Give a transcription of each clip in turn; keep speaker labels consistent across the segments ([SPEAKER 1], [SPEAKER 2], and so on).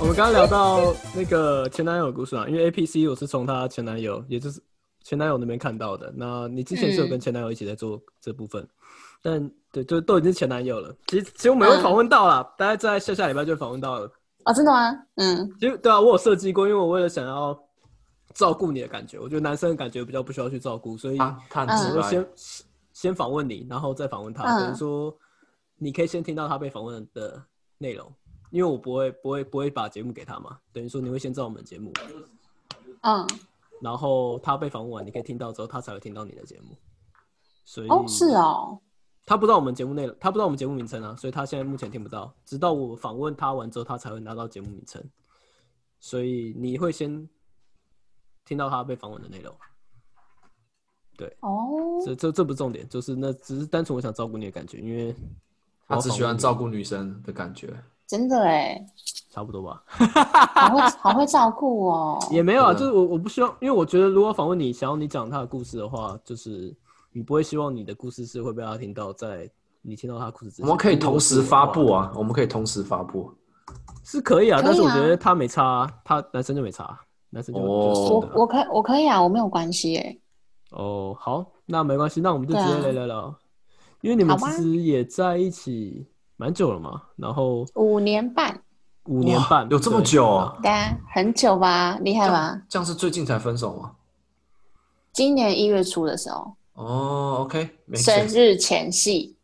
[SPEAKER 1] 刚刚聊到那个前男友的故事啊，因为 A P C 我是从她前男友，也就是前男友那边看到的。那你之前是有跟前男友一起在做这部分，但对，就都已经是前男友了。其实其实我们会访问到啦，大概在下下礼拜就会访问到了。
[SPEAKER 2] 哦，真的吗？嗯，
[SPEAKER 1] 其实对啊，我有设计过，因为我为了想要照顾你的感觉，我觉得男生的感觉比较不需要去照顾，所以
[SPEAKER 3] 他他
[SPEAKER 1] 我
[SPEAKER 3] 很直
[SPEAKER 1] 就
[SPEAKER 3] 白
[SPEAKER 1] 先先访问你，然后再访问他，
[SPEAKER 2] 嗯
[SPEAKER 1] 等于说你可以先听到他被访问的内容，因为我不会不会不会把节目给他嘛，等于说你会先知道我们的节目，
[SPEAKER 2] 嗯，
[SPEAKER 1] 然后他被访问完，你可以听到之后，他才会听到你的节目。所以
[SPEAKER 2] 哦，是哦，
[SPEAKER 1] 他不知道我们节目内容，他不知道我们节目名称啊，所以他现在目前听不到，直到我访问他完之后，他才会拿到节目名称。所以你会先听到他被访问的内容，
[SPEAKER 2] 哦，
[SPEAKER 1] 这这这不是重点，就是那只是单纯我想照顾你的感觉，因为
[SPEAKER 3] 他只喜欢照顾女生的感
[SPEAKER 1] 嗯
[SPEAKER 3] 觉。
[SPEAKER 2] 真的哎，
[SPEAKER 1] 差不多吧，
[SPEAKER 2] 好会好会照顾哦。
[SPEAKER 1] 也没有啊，
[SPEAKER 3] 对啊
[SPEAKER 1] 就是我我不希望，因为我觉得如果访问你，想要你讲他的故事的话，就是你不会希望你的故事是会被他听到，在你听到他的故事之前，
[SPEAKER 3] 我们可以同时发布
[SPEAKER 1] 啊。
[SPEAKER 3] 啊，我们可以同时发布。
[SPEAKER 1] 是可以啊，
[SPEAKER 2] 可以啊
[SPEAKER 1] 但是我觉得他没差啊、他男生就没差，啊男生就
[SPEAKER 3] 哦
[SPEAKER 1] 就
[SPEAKER 2] 我
[SPEAKER 1] 是的
[SPEAKER 2] 我可我可以啊，我没有关系哎。
[SPEAKER 1] 哦，好，那没关系，那我们就
[SPEAKER 2] 对
[SPEAKER 1] 直
[SPEAKER 2] 啊
[SPEAKER 1] 接来聊聊，因为你们
[SPEAKER 2] 好
[SPEAKER 1] 其
[SPEAKER 2] 吧
[SPEAKER 1] 实也在一起蛮久了嘛，然后
[SPEAKER 2] 五年半，
[SPEAKER 1] 五年半
[SPEAKER 3] 哇有这么
[SPEAKER 1] 对
[SPEAKER 3] 久哦
[SPEAKER 2] 大家很久吧，厉害
[SPEAKER 3] 这
[SPEAKER 2] 吧？
[SPEAKER 3] 样这样是最近才分手吗？
[SPEAKER 2] 今年一月初的时候，
[SPEAKER 3] 哦，OK，没事
[SPEAKER 2] 生。日前夕，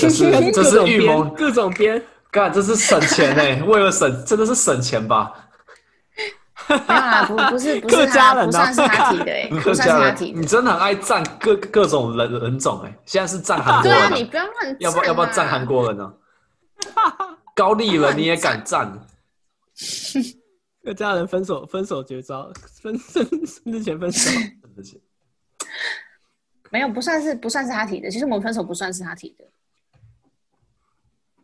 [SPEAKER 3] 这 是这
[SPEAKER 1] 各种
[SPEAKER 3] 是预
[SPEAKER 1] 编，
[SPEAKER 3] 谋，
[SPEAKER 1] 各种编，
[SPEAKER 3] 干这是省钱哎，为了省真的是省钱吧？
[SPEAKER 2] 没有啊啦，不不是不
[SPEAKER 1] 客
[SPEAKER 2] 是
[SPEAKER 1] 家
[SPEAKER 2] 他，
[SPEAKER 1] 人啊
[SPEAKER 2] 不算是他提的哎， 不
[SPEAKER 3] 客
[SPEAKER 2] 算是
[SPEAKER 3] 家
[SPEAKER 2] 他
[SPEAKER 3] 人嗯
[SPEAKER 2] 提，的
[SPEAKER 3] 你。真的很爱占各各种人人种哎，现在是占韩国
[SPEAKER 2] 对啊，
[SPEAKER 3] 人
[SPEAKER 2] 你
[SPEAKER 3] 啊，
[SPEAKER 2] 不要啊乱
[SPEAKER 3] 要不要不要占
[SPEAKER 2] 站
[SPEAKER 3] 韩国人呢？高丽人你也敢占？
[SPEAKER 1] 各家人分手分手绝招，分分之前分 手，
[SPEAKER 3] 真的是
[SPEAKER 2] 没有，不算是不算是他提的。其实我们分手不算是他提的，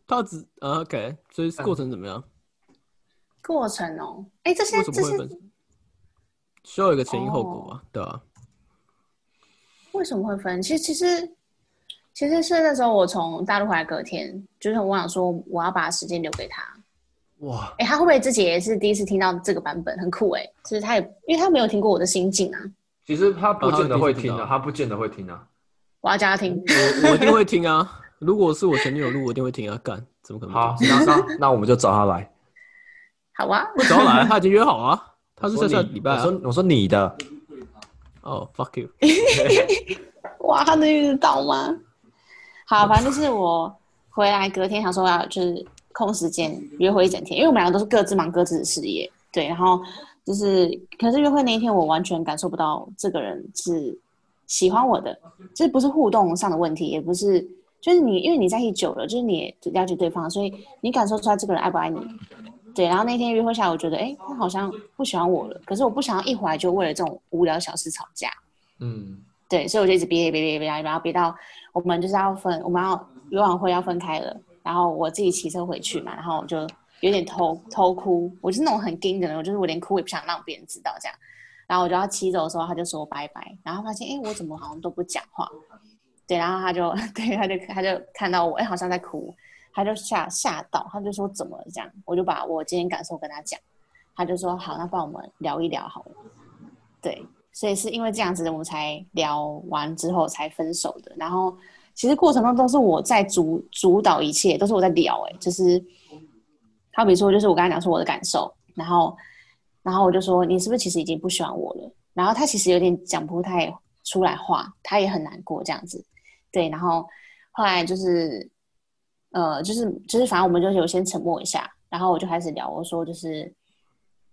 [SPEAKER 1] 他只啊 OK，所以过程怎么样？
[SPEAKER 2] 过程哦。哎，这些
[SPEAKER 1] 为什
[SPEAKER 2] 这哦
[SPEAKER 1] 么会
[SPEAKER 2] 些
[SPEAKER 1] 分手？需要有一个前因后果吧，对吧、啊
[SPEAKER 2] 为什么会分？其实其实其实是那时候我从大陆回来隔天，就是我想说我要把时间留给他。
[SPEAKER 3] 哇，
[SPEAKER 2] 哎，他会不会自己也是第一次听到这个版本？很酷哎、就是他也因为他没有听过我的心境啊，
[SPEAKER 3] 其实他不见得会听
[SPEAKER 1] 哦他会听到
[SPEAKER 3] 啊，他不见得会听啊。
[SPEAKER 2] 我要叫他听。
[SPEAKER 1] 我我一定会听啊，如果是我前女友录，我一定会听啊，干怎么可能不听？
[SPEAKER 3] 好，那 那那我们就找他来。
[SPEAKER 2] 好啊，
[SPEAKER 1] 不早来，他已经约好啊，他是下下
[SPEAKER 3] 我说你
[SPEAKER 1] 礼拜啊
[SPEAKER 3] 我。说我说你的，
[SPEAKER 1] 哦、f u c k you，
[SPEAKER 2] 哇，他能遇得到吗？好，反正就是我回来隔天想说要就是空时间约会一整天，因为我们两个都是各自忙各自的事业，对，然后就是可是约会那一天我完全感受不到这个人是喜欢我的，这不是互动上的问题，也不是。就是你，因为你在一起久了，就是你也了解对方，所以你感受出来这个人爱不爱你。对，然后那天约会下来，我觉得，哎、他好像不喜欢我了。可是我不想要一回来就为了这种无聊小事吵架。
[SPEAKER 3] 嗯，
[SPEAKER 2] 对，所以我就一直憋憋憋憋，然后憋到我们就是要分，我们要约完会要分开了，然后我自己骑车回去嘛，然后我就有点偷偷哭，我就是那种很硬的人，我就是我连哭也不想让别人知道这样，然后我就要骑走的时候，他就说拜拜，然后发现哎、诶我怎么好像都不讲话，对，然后他就 对他就他就看到我哎、诶好像在哭，他就吓吓到，他就说怎么了这样，我就把我今天感受跟他讲，他就说好，那帮我们聊一聊好了，对，所以是因为这样子，我们才聊完之后才分手的。然后其实过程中都是我在主主导一切，都是我在聊、欸，就是好比说，就是我跟他讲说我的感受，然后然后我就说你是不是其实已经不喜欢我了？然后他其实有点讲不太出来话，他也很难过这样子，对。然后后来就是呃，就是就是反正我们就有先沉默一下，然后我就开始聊，我说就是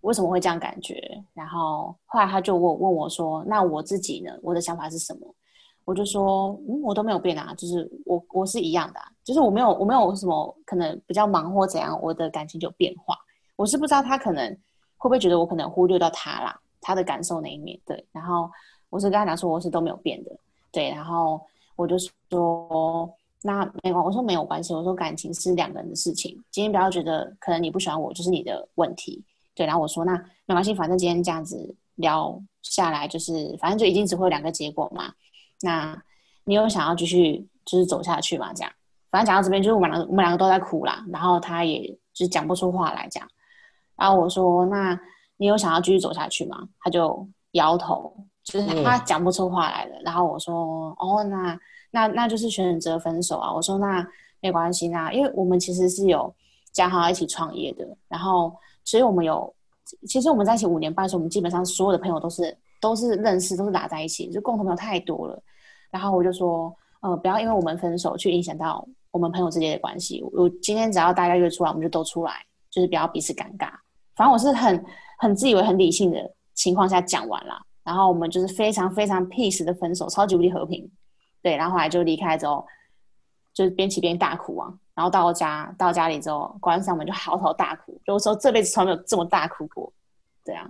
[SPEAKER 2] 为什么会这样感觉，然后后来他就问问我说，那我自己呢，我的想法是什么？我就说，嗯，我都没有变啊，就是我我是一样的啊、就是我没有我没有什么可能比较忙或怎样，我的感情就有变化。我是不知道他可能会不会觉得我可能忽略到他啦，他的感受那一面。对，然后我是跟他讲说我是都没有变的，对，然后我就说那没关，我说没有关系，我说感情是两个人的事情，今天不要觉得可能你不喜欢我就是你的问题，对，然后我说那没关系，反正今天这样子聊下来，就是反正就一定只会有两个结果嘛。那你有想要继续就是走下去嘛？这样，反正讲到这边，就是我们两个我们两个都在哭啦，然后他也就是讲不出话来这样。然后我说：“那你有想要继续走下去吗？”他就摇头，就是他讲不出话来了。然后我说：“哦，那那那就是选择分手啊。”我说：“那没关系，那因为我们其实是有讲好一起创业的，然后所以我们有，其实我们在一起五年半的时候，我们基本上所有的朋友都是都是认识，都是打在一起，就共同朋友太多了。”然后我就说：“呃，不要因为我们分手去影响到我们朋友之间的关系。我今天只要大家约出来，我们就都出来。”就是不要彼此尴尬，反正我是很很自以为很理性的情况下讲完了，然后我们就是非常非常 peace 的分手，超级无敌和平，对，然后后来就离开之后，就是边骑边大哭啊，然后到家到家里之后关上门就嚎啕大哭，就说这辈子从来没有这么大哭过，对啊，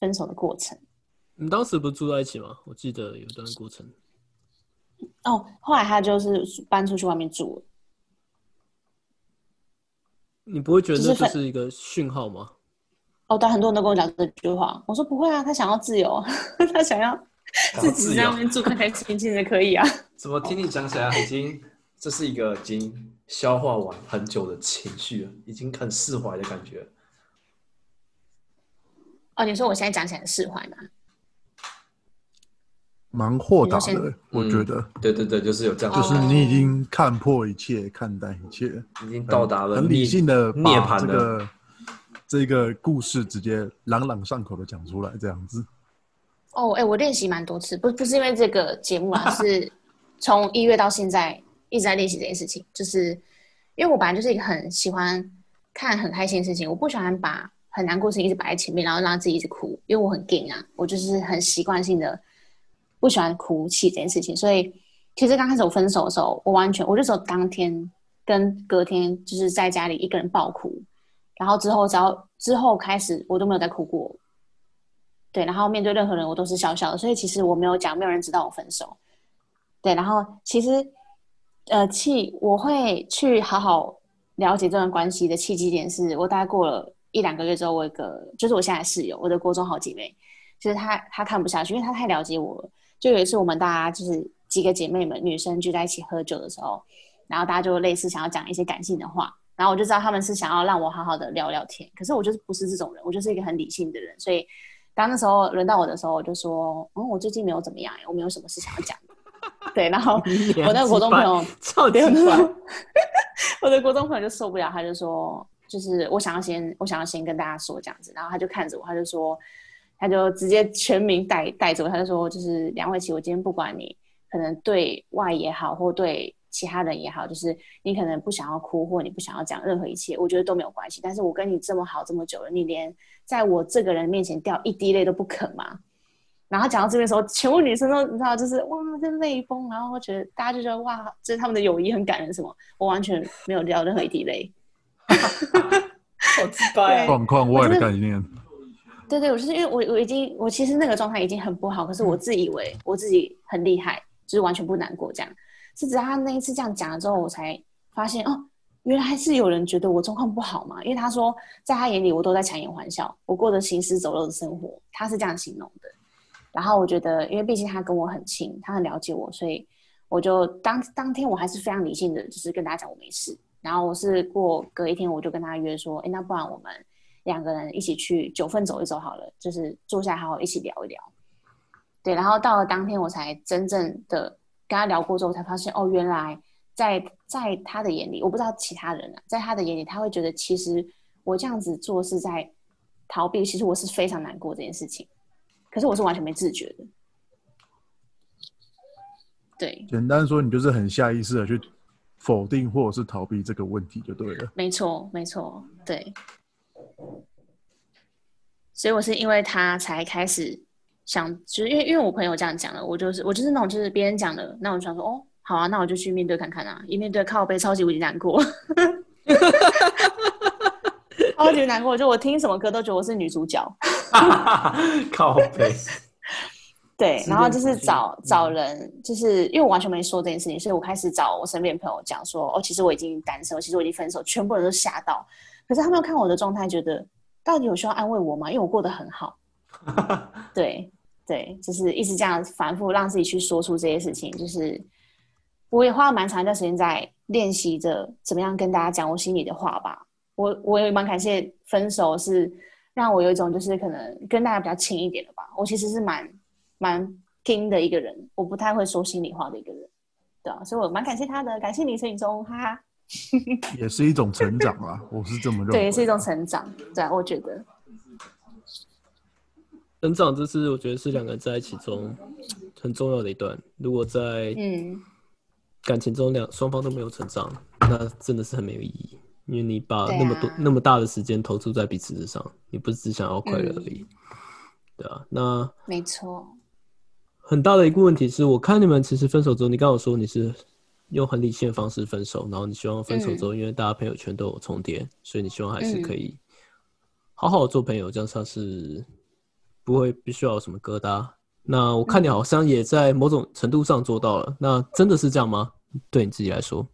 [SPEAKER 2] 分手的过程
[SPEAKER 1] 你当时不是住在一起吗？我记得有一段过程。
[SPEAKER 2] 哦，后来他就是搬出去外面住了。
[SPEAKER 1] 你不会觉得
[SPEAKER 2] 就是
[SPEAKER 1] 这
[SPEAKER 2] 分
[SPEAKER 1] 是一个讯号吗？
[SPEAKER 2] 哦，对，很多人都跟我讲这句话。我说不会啊，他想要自由， 他想要自己
[SPEAKER 3] 自
[SPEAKER 2] 在
[SPEAKER 3] 由
[SPEAKER 2] 外面住开开心心的，可以啊。
[SPEAKER 3] 怎么听你讲起来，已经这是一个已经消化完很久的情绪了，已经很释怀的感觉了。
[SPEAKER 2] 哦，你说我现在讲起来很释怀嘛？
[SPEAKER 4] 蛮豁达
[SPEAKER 2] 你说
[SPEAKER 4] 的，我觉得，
[SPEAKER 3] 对对对，就是有这样
[SPEAKER 4] 就
[SPEAKER 3] 的
[SPEAKER 2] 哦
[SPEAKER 4] 是你已经看破一切，看淡一切，
[SPEAKER 3] 已经到达了
[SPEAKER 4] 很理
[SPEAKER 3] 逆
[SPEAKER 4] 性的
[SPEAKER 3] 涅槃
[SPEAKER 4] 这
[SPEAKER 3] 了。
[SPEAKER 4] 个这个故事直接朗朗上口的讲出来，这样子。
[SPEAKER 2] 哦，哎、我练习蛮多次，不不是因为这个节目啊，是从一月到现在一直在练习这件事情。就是因为我本来就是一个很喜欢看很开心的事情，我不喜欢把很难过的事情一直摆在前面，然后让自己一直哭，因为我很 gay 啊，我就是很习惯性的不喜欢哭泣这件事情。所以其实刚开始我分手的时候，我完全我就只有当天跟隔天就是在家里一个人爆哭，然后之后只要之后开始我都没有再哭过，对，然后面对任何人我都是笑笑的，所以其实我没有讲，没有人知道我分手。对，然后其实呃气我会去好好了解这段关系的契机点是，我大概过了一两个月之后，我有一个就是我现在的室友，我的国中好姐妹，就是她她看不下去，因为她太了解我了。就有一次我们大家就是几个姐妹们女生聚在一起喝酒的时候，然后大家就类似想要讲一些感性的话，然后我就知道他们是想要让我好好的聊聊天，可是我就是不是这种人，我就是一个很理性的人，所以当那时候轮到我的时候，我就说，嗯，我最近没有怎么样、欸，我没有什么事想要讲的。对，然后我那个国中朋友，
[SPEAKER 1] 超级
[SPEAKER 2] 对，我
[SPEAKER 1] 烦
[SPEAKER 2] 的 我的国中朋友就受不了，他就说，就是我想要先，我想要先跟大家说这样子，然后他就看着我，他就说，他就直接全名带带着我，他就说，就是梁慧琪，我今天不管你可能对外也好，或对其他人也好，就是你可能不想要哭，或你不想要讲任何一切，我觉得都没有关系。但是我跟你这么好这么久了，你连在我这个人面前掉一滴泪都不肯吗？然后讲到这边的时候，全部女生都你知道，就是哇，这泪崩，然后我觉得大家就觉得哇，这是他们的友谊很感人什么，我完全没有掉任何一滴泪。
[SPEAKER 3] 好自败
[SPEAKER 2] 对
[SPEAKER 4] 状况外的概念，
[SPEAKER 2] 对对，我就是因为我我已经我其实那个状态已经很不好，可是我自以为我自己很厉害，就是完全不难过这样。是直到他那一次这样讲了之后，我才发现哦，原来是有人觉得我状况不好嘛，因为他说在他眼里我都在强颜欢笑，我过着行尸走肉的生活，他是这样形容的。然后我觉得，因为毕竟他跟我很亲，他很了解我，所以我就当当天我还是非常理性的，就是跟大家讲我没事。然后我是过隔一天，我就跟他约说，哎，那不然我们两个人一起去九份走一走好了，就是坐下来好好一起聊一聊。对，然后到了当天，我才真正的跟他聊过之后，我才发现哦，原来在在他的眼里，我不知道其他人啊，在他的眼里，他会觉得其实我这样子做是在逃避，其实我是非常难过这件事情，可是我是完全没自觉的。对，
[SPEAKER 4] 简单说，你就是很下意识的去否定或者是逃避这个问题就对了。
[SPEAKER 2] 没错，没错，对。所以我是因为他才开始想，就是因为因为我朋友这样讲了，我就是我就是那种就是别人讲了，那我就想说哦，好啊，那我就去面对看看啊，一面对靠背超级无敌难过，超级难过，就我听什么歌都觉得我是女主角，
[SPEAKER 3] 靠背，
[SPEAKER 2] 对，
[SPEAKER 3] 自
[SPEAKER 2] 然后
[SPEAKER 3] 恋
[SPEAKER 2] 就是
[SPEAKER 3] 情绪
[SPEAKER 2] 找找人，就是因为我完全没说这件事情，所以我开始找我身边朋友讲说，哦，其实我已经单身，其实我已经分手，全部人都吓到。可是他们看我的状态，觉得到底有需要安慰我吗？因为我过得很好。对对，就是一直这样反复让自己去说出这些事情，就是我也花了蛮长一段时间在练习着怎么样跟大家讲我心里的话吧。我我也蛮感谢分手，是让我有一种就是可能跟大家比较亲一点的吧。我其实是蛮蛮硬的一个人，我不太会说心里话的一个人，对啊，所以我蛮感谢他的，感谢你陈宇中，哈哈，
[SPEAKER 4] 也是一种成长啦，我是这么认为。
[SPEAKER 2] 对，也是一种成长，对啊、我觉得，
[SPEAKER 1] 成长这是我觉得是两个人在一起中很重要的一段。如果在
[SPEAKER 2] 嗯，
[SPEAKER 1] 感情中两双方都没有成长，那真的是很没有意义，因为你把
[SPEAKER 2] 对啊
[SPEAKER 1] 那么多、那么大的时间投注在彼此之上，你不是只想要快乐而已，
[SPEAKER 2] 嗯
[SPEAKER 1] 对啊，那
[SPEAKER 2] 没错，
[SPEAKER 1] 很大的一个问题是我看你们其实分手之后，你刚好说你是用很理性的方式分手，然后你希望分手之后，因为大家朋友圈都有重叠，所以你希望还是可以好好地做朋友，这样算是不会必须要有什么疙瘩。那我看你好像也在某种程度上做到了，那真的是这样吗？对你自己来说，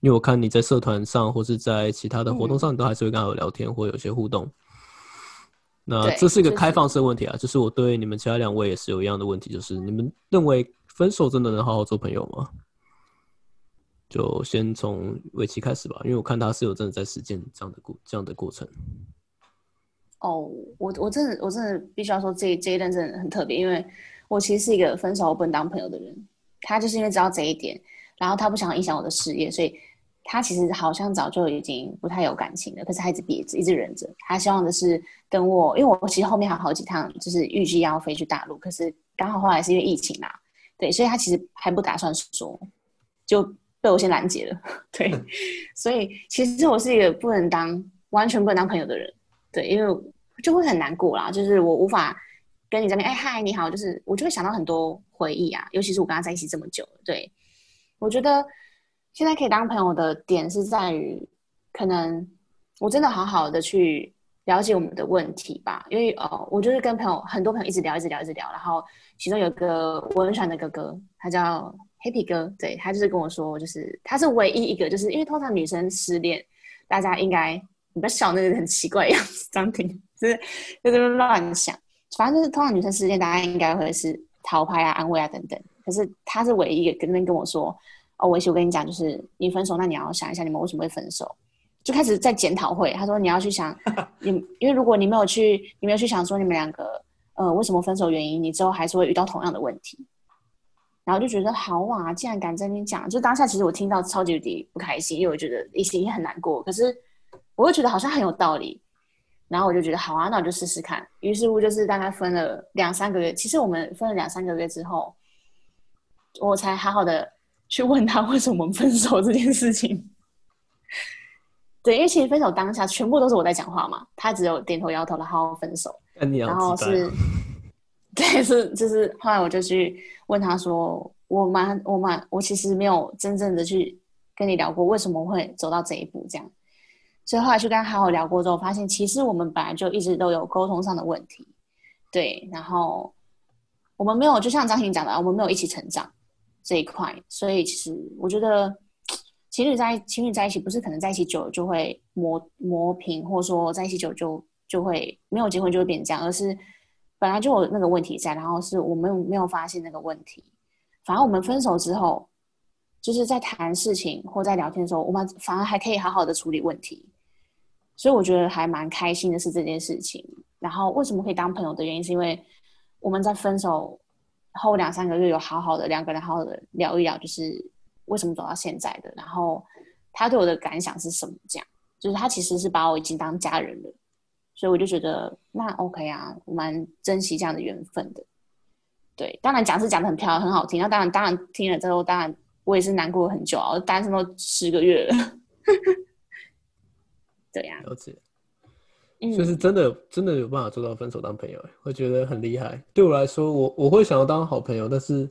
[SPEAKER 1] 因为我看你在社团上或是在其他的活动上，你都还是会跟他有聊天或有些互动。那
[SPEAKER 2] 对
[SPEAKER 1] 这是一个
[SPEAKER 2] 就是
[SPEAKER 1] 开放式问题啊，就是我对你们其他两位也是有一样的问题，就是你们认为分手真的能好好做朋友吗？就先从围棋开始吧，因为我看他是有真的在实践这样的过这样的过程。
[SPEAKER 2] 哦，我我真的我真的必须要说这这一段真的很特别，因为我其实是一个分手后不能当朋友的人，他就是因为知道这一点，然后他不想影响我的事业，所以他其实好像早就已经不太有感情了，可是他一直憋着，一直忍着，他希望的是等我，因为我其实后面还有好几趟就是预计要飞去大陆，可是刚好后来是因为疫情嘛，对，所以他其实还不打算说，就被我先拦截了， 对，所以其实我是一个不能当完全不能当朋友的人。对，因为就会很难过啦，就是我无法跟你这边，哎嗨，你好，就是我就会想到很多回忆啊，尤其是我跟他在一起这么久，对我觉得现在可以当朋友的点是在于，可能我真的好好的去了解我们的问题吧，因为哦，我就是跟朋友很多朋友一直聊，一直聊，一直聊，然后其中有个我很喜欢的哥哥，他叫 Happy 哥，对他就是跟我说，就是他是唯一一个，就是因为通常女生失恋，大家应该你不要笑那个很奇怪的样子，张婷 就是就在那边乱想，反正就是通常女生失恋，大家应该会是逃拍啊、安慰啊等等，可是他是唯一一个跟跟我说。哦，维希，我跟你讲，就是你分手，那你要想一下你们为什么会分手，就开始在检讨会。他说你要去想，你因为如果你没有去，你没有去想说你们两个呃为什么分手原因，你之后还是会遇到同样的问题。然后就觉得好哇、啊，竟然敢在那边讲，就当下其实我听到超级无敌不开心，因为我觉得一心也很难过，可是我又觉得好像很有道理。然后我就觉得好啊，那我就试试看。于是乎就是大概分了两三个月，其实我们分了两三个月之后，我才好好的去问他 为什么分手这件事情。对，因为其实分手当下全部都是我在讲话嘛，他只有点头摇头，然后分手。
[SPEAKER 1] 那你
[SPEAKER 2] 然
[SPEAKER 1] 要
[SPEAKER 2] 后
[SPEAKER 1] 自啊白
[SPEAKER 2] 是， 对，是就是后来我就去问他说，我蛮我蛮我其实没有真正的去跟你聊过为什么会走到这一步这样，所以后来去跟他好好聊过之后，发现其实我们本来就一直都有沟通上的问题，对，然后我们没有就像张婷讲的，我们没有一起成长这一块，所以其实我觉得。情侣在情侣在一起，不是可能在一起久了就会磨磨平，或者说在一起久了就就会没有结婚就会变这样，而是本来就有那个问题在，然后是我们有没有发现那个问题。反而我们分手之后，就是在谈事情或在聊天的时候，我们反而还可以好好的处理问题。所以我觉得还蛮开心的是这件事情。然后为什么可以当朋友的原因，是因为我们在分手后两三个月有好好的两个人好好的聊一聊，就是为什么走到现在的，然后他对我的感想是什么？这样就是他其实是把我已经当家人了，所以我就觉得那 OK 啊，我蛮珍惜这样的缘分的。对，当然讲是讲的很漂亮，很好听。那当然，当然听了之后，当然我也是难过很久啊，我单身都十个月了。 对呀、
[SPEAKER 1] 了解，
[SPEAKER 2] 嗯，
[SPEAKER 1] 就是真的真的有办法做到分手当朋友，欸我觉得很厉害。对我来说，我我会想要当好朋友，但是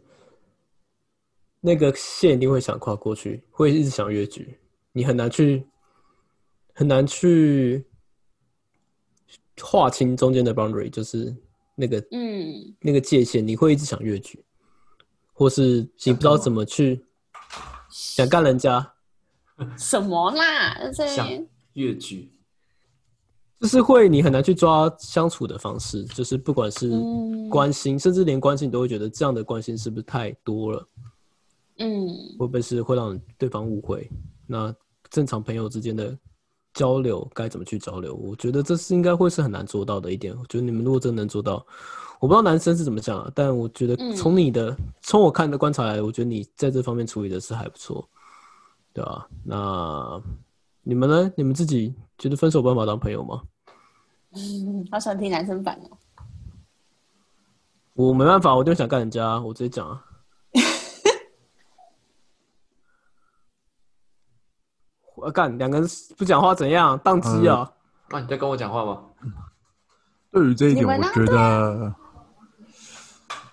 [SPEAKER 1] 那个线一定会想跨过去，会一直想越局，你很难去很难去划清中间的 boundary，就是那个
[SPEAKER 2] 嗯，
[SPEAKER 1] 那个界限，你会一直想越矩，或是你不知道怎么去想干人家，
[SPEAKER 2] 什么啦？这
[SPEAKER 3] 想越剧
[SPEAKER 1] 就是会你很难去抓相处的方式，就是不管是
[SPEAKER 2] 嗯
[SPEAKER 1] 关心，甚至连关心你都会觉得这样的关心是不是太多了，
[SPEAKER 2] 嗯
[SPEAKER 1] 会不会是会让对方误会？那正常朋友之间的交流该怎么去交流，我觉得这是应该会是很难做到的一点。我觉得你们如果真的能做到，我不知道男生是怎么想啊，但我觉得
[SPEAKER 2] 嗯
[SPEAKER 1] 从你的从我看的观察来，我觉得你在这方面处理的是还不错，对吧、那你们呢？你们自己觉得分手办法当朋友吗？
[SPEAKER 2] 嗯，好想听男生版哦。
[SPEAKER 1] 我没办法，我就想干人家，我直接讲啊。 我啊干，两个人不讲话怎样？宕机啊！
[SPEAKER 3] 那、你在跟我讲话吗？
[SPEAKER 4] 对于这一点，
[SPEAKER 2] 你们
[SPEAKER 4] 我
[SPEAKER 2] 呢
[SPEAKER 4] 觉得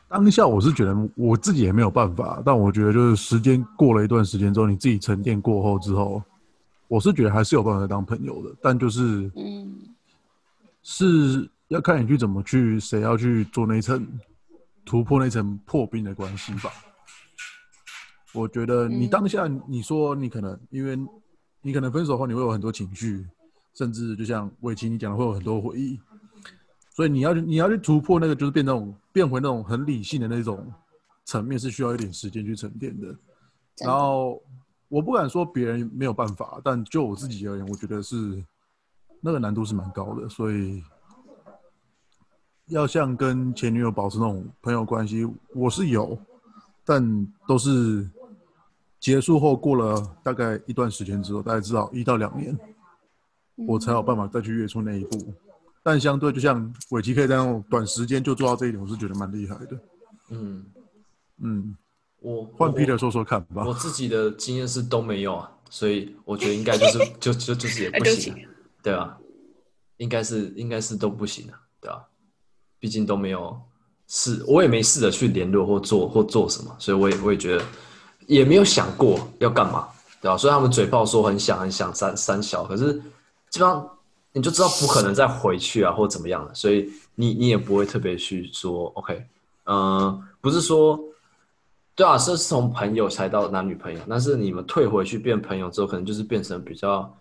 [SPEAKER 4] 当下我是觉得我自己也没有办法，但我觉得就是时间过了一段时间之后，你自己沉淀过后之后，我是觉得还是有办法当朋友的，但就是
[SPEAKER 2] 嗯
[SPEAKER 4] 是要看你去怎么去，谁要去做那一层突破那层破冰的关系吧。我觉得你
[SPEAKER 2] 嗯
[SPEAKER 4] 当下你说你可能因为你可能分手后你会有很多情绪，甚至就像魏青你讲的会有很多回忆，所以你要去你要去突破那个就是变那种变回那种很理性的那种层面是需要一点时间去沉淀的。
[SPEAKER 2] 真的
[SPEAKER 4] 然后我不敢说别人没有办法，但就我自己而言，我觉得是那个难度是蛮高的，所以要像跟前女友保持那种朋友关系，我是有，但都是结束后过了大概一段时间之后，大概至少一到两年，
[SPEAKER 2] 嗯
[SPEAKER 4] 我才有办法再去越出那一步。但相对，就像伟奇可以在那种短时间就做到这一点，我是觉得蛮厉害的。
[SPEAKER 3] 嗯，
[SPEAKER 4] 嗯，
[SPEAKER 3] 我
[SPEAKER 4] 换
[SPEAKER 3] 我
[SPEAKER 4] Peter 说说看吧
[SPEAKER 3] 我。自己的经验是都没有啊，所以我觉得应该就是 就就就是
[SPEAKER 2] 哎
[SPEAKER 3] 也不行、啊，对吧、应该是应该是都不行啊，对吧、毕竟都没有试，我也没试着去联络或做或做什么，所以我也我也觉得也没有想过要干嘛，对吧、啊虽然他们嘴炮说很想很想三三小，可是基本上你就知道不可能再回去啊或怎么样了，所以你你也不会特别去说 OK，嗯、呃不是说。对啊，是从朋友才到男女朋友，但是你们退回去变朋友之后，可能就是变成比较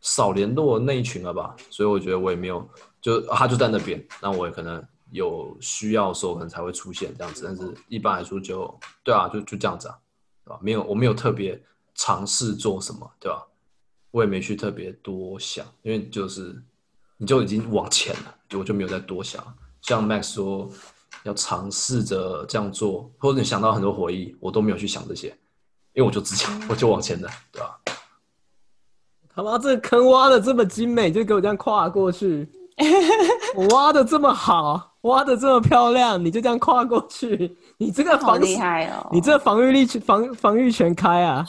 [SPEAKER 3] 少联络的那一群了吧。所以我觉得我也没有，就啊他就在那边，那我也可能有需要的时候可能才会出现这样子。但是一般来说就对啊，就就这样子啊，对吧、没有，我没有特别尝试做什么，对吧、我也没去特别多想，因为就是你就已经往前了，就我就没有再多想。像 Max 说要尝试着这样做，或者你想到很多回忆，我都没有去想这些，因为我就直接我就往前了，对吧、
[SPEAKER 1] 他妈，这个坑挖的这么精美，就给我这样跨过去。我挖的这么好，挖的这么漂亮，你就这样跨过去， 你这个
[SPEAKER 2] 好
[SPEAKER 1] 防
[SPEAKER 2] 厉害哦！
[SPEAKER 1] 你这防御力全防防御全开啊！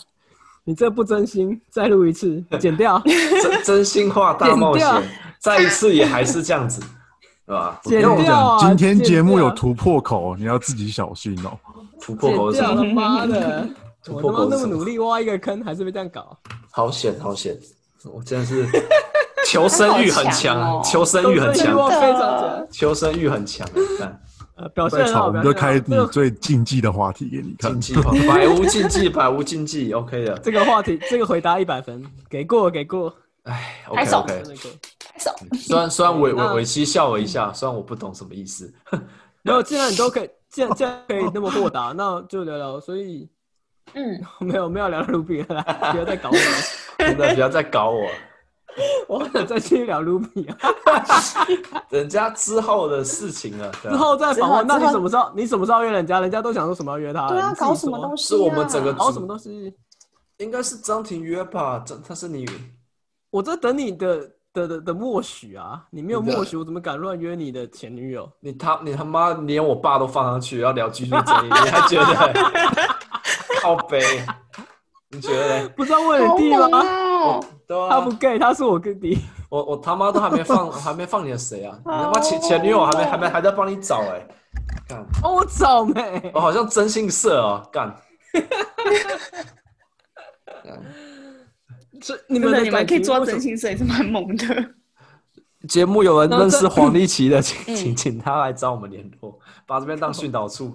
[SPEAKER 1] 你这不真心，再录一次，剪掉，
[SPEAKER 3] 真真心话大冒险
[SPEAKER 1] 剪掉，
[SPEAKER 3] 再一次也还是这样子，对吧？
[SPEAKER 1] 剪
[SPEAKER 4] 跟我
[SPEAKER 1] 掉
[SPEAKER 4] 讲，
[SPEAKER 1] 啊！
[SPEAKER 4] 今天节目有
[SPEAKER 1] 剪
[SPEAKER 4] 突破口，你要自己小心哦。
[SPEAKER 3] 突破
[SPEAKER 1] 掉
[SPEAKER 3] 口是 什
[SPEAKER 1] 剪掉了，妈
[SPEAKER 3] 么？
[SPEAKER 1] 的！
[SPEAKER 3] 突
[SPEAKER 1] 我
[SPEAKER 3] 破
[SPEAKER 1] 他妈
[SPEAKER 3] 口是
[SPEAKER 1] 那
[SPEAKER 3] 什
[SPEAKER 1] 么努
[SPEAKER 3] 么？
[SPEAKER 1] 力挖一个坑，还是被这样搞。
[SPEAKER 3] 好险，好险！我真的是 求生欲很强啊，
[SPEAKER 2] 他好强哦
[SPEAKER 3] 求生欲
[SPEAKER 1] 求
[SPEAKER 3] 很
[SPEAKER 1] 生欲
[SPEAKER 3] 强
[SPEAKER 1] 望，
[SPEAKER 2] 真的
[SPEAKER 1] 非常强，
[SPEAKER 3] 求生欲很强啊，你看。
[SPEAKER 1] 呃，表现
[SPEAKER 4] 再
[SPEAKER 1] 很
[SPEAKER 4] 吵，
[SPEAKER 1] 好，
[SPEAKER 4] 我们
[SPEAKER 1] 表
[SPEAKER 4] 就
[SPEAKER 1] 现
[SPEAKER 4] 开
[SPEAKER 1] 很好
[SPEAKER 4] 你
[SPEAKER 1] 这个
[SPEAKER 4] 最禁忌的话题给你看
[SPEAKER 3] 禁。忌，百无禁忌，百无禁忌，OK 的。
[SPEAKER 1] 这个话题，这个回答一百分，给过给过，
[SPEAKER 3] 哎
[SPEAKER 2] 拍
[SPEAKER 3] ，OK
[SPEAKER 2] 手
[SPEAKER 3] OK。
[SPEAKER 1] 真的给。
[SPEAKER 2] 手
[SPEAKER 3] 虽然虽然我
[SPEAKER 1] 那
[SPEAKER 3] 我我其实笑了一
[SPEAKER 1] 嗯
[SPEAKER 3] 下，虽然我不懂什么意思。
[SPEAKER 1] 没有，既然你都可以，既然既然可以那么豁达，那就聊聊。所以
[SPEAKER 2] 嗯，
[SPEAKER 1] 没有没有聊卢比了啦，不要再搞我了，
[SPEAKER 3] 真的不要再 搞我，
[SPEAKER 1] 我不想再去聊卢比啊。
[SPEAKER 3] 人家之后的事情啊了。之
[SPEAKER 1] 之后再访问，
[SPEAKER 2] 之
[SPEAKER 1] 那
[SPEAKER 2] 后
[SPEAKER 1] 你什么时候你什么时候约人家？人家都想说什么要约他？
[SPEAKER 2] 对啊，搞什么
[SPEAKER 1] 西？
[SPEAKER 2] 东西、啊？
[SPEAKER 3] 是我们整个
[SPEAKER 1] 搞什么东西？
[SPEAKER 3] 应该是张庭约吧？张他是你
[SPEAKER 1] 我在等你的的的的默许啊！你没有
[SPEAKER 3] 你的
[SPEAKER 1] 默许，我怎么敢乱约你的前女友？
[SPEAKER 3] 你他你他妈连我爸都放上去要聊居住 正义，你还觉得靠背？你觉得嘞？
[SPEAKER 1] 不是要问
[SPEAKER 2] 好
[SPEAKER 1] 你弟
[SPEAKER 2] 猛
[SPEAKER 1] 吗？
[SPEAKER 2] 哦！
[SPEAKER 3] 对
[SPEAKER 1] 他
[SPEAKER 3] 啊
[SPEAKER 1] 不，gay，他是我跟弟。
[SPEAKER 3] 我我他妈都还没放还没放你的谁啊？你他妈
[SPEAKER 2] 好
[SPEAKER 3] 前前女友还没
[SPEAKER 2] 猛
[SPEAKER 3] 还没还在帮你找哎、干
[SPEAKER 1] 哦，我草莓
[SPEAKER 3] 哦我。好像真性色哦，干。
[SPEAKER 1] 这你
[SPEAKER 2] 真
[SPEAKER 1] 们
[SPEAKER 2] 的，
[SPEAKER 1] 的
[SPEAKER 2] 你们可以
[SPEAKER 1] 感情
[SPEAKER 2] 做
[SPEAKER 1] 为什
[SPEAKER 2] 真
[SPEAKER 1] 么
[SPEAKER 2] 心社也是蛮猛的。
[SPEAKER 3] 节目有人认识黄立 奇的，请
[SPEAKER 2] 嗯
[SPEAKER 3] 请请他来找我们联络，把这边当训导 处。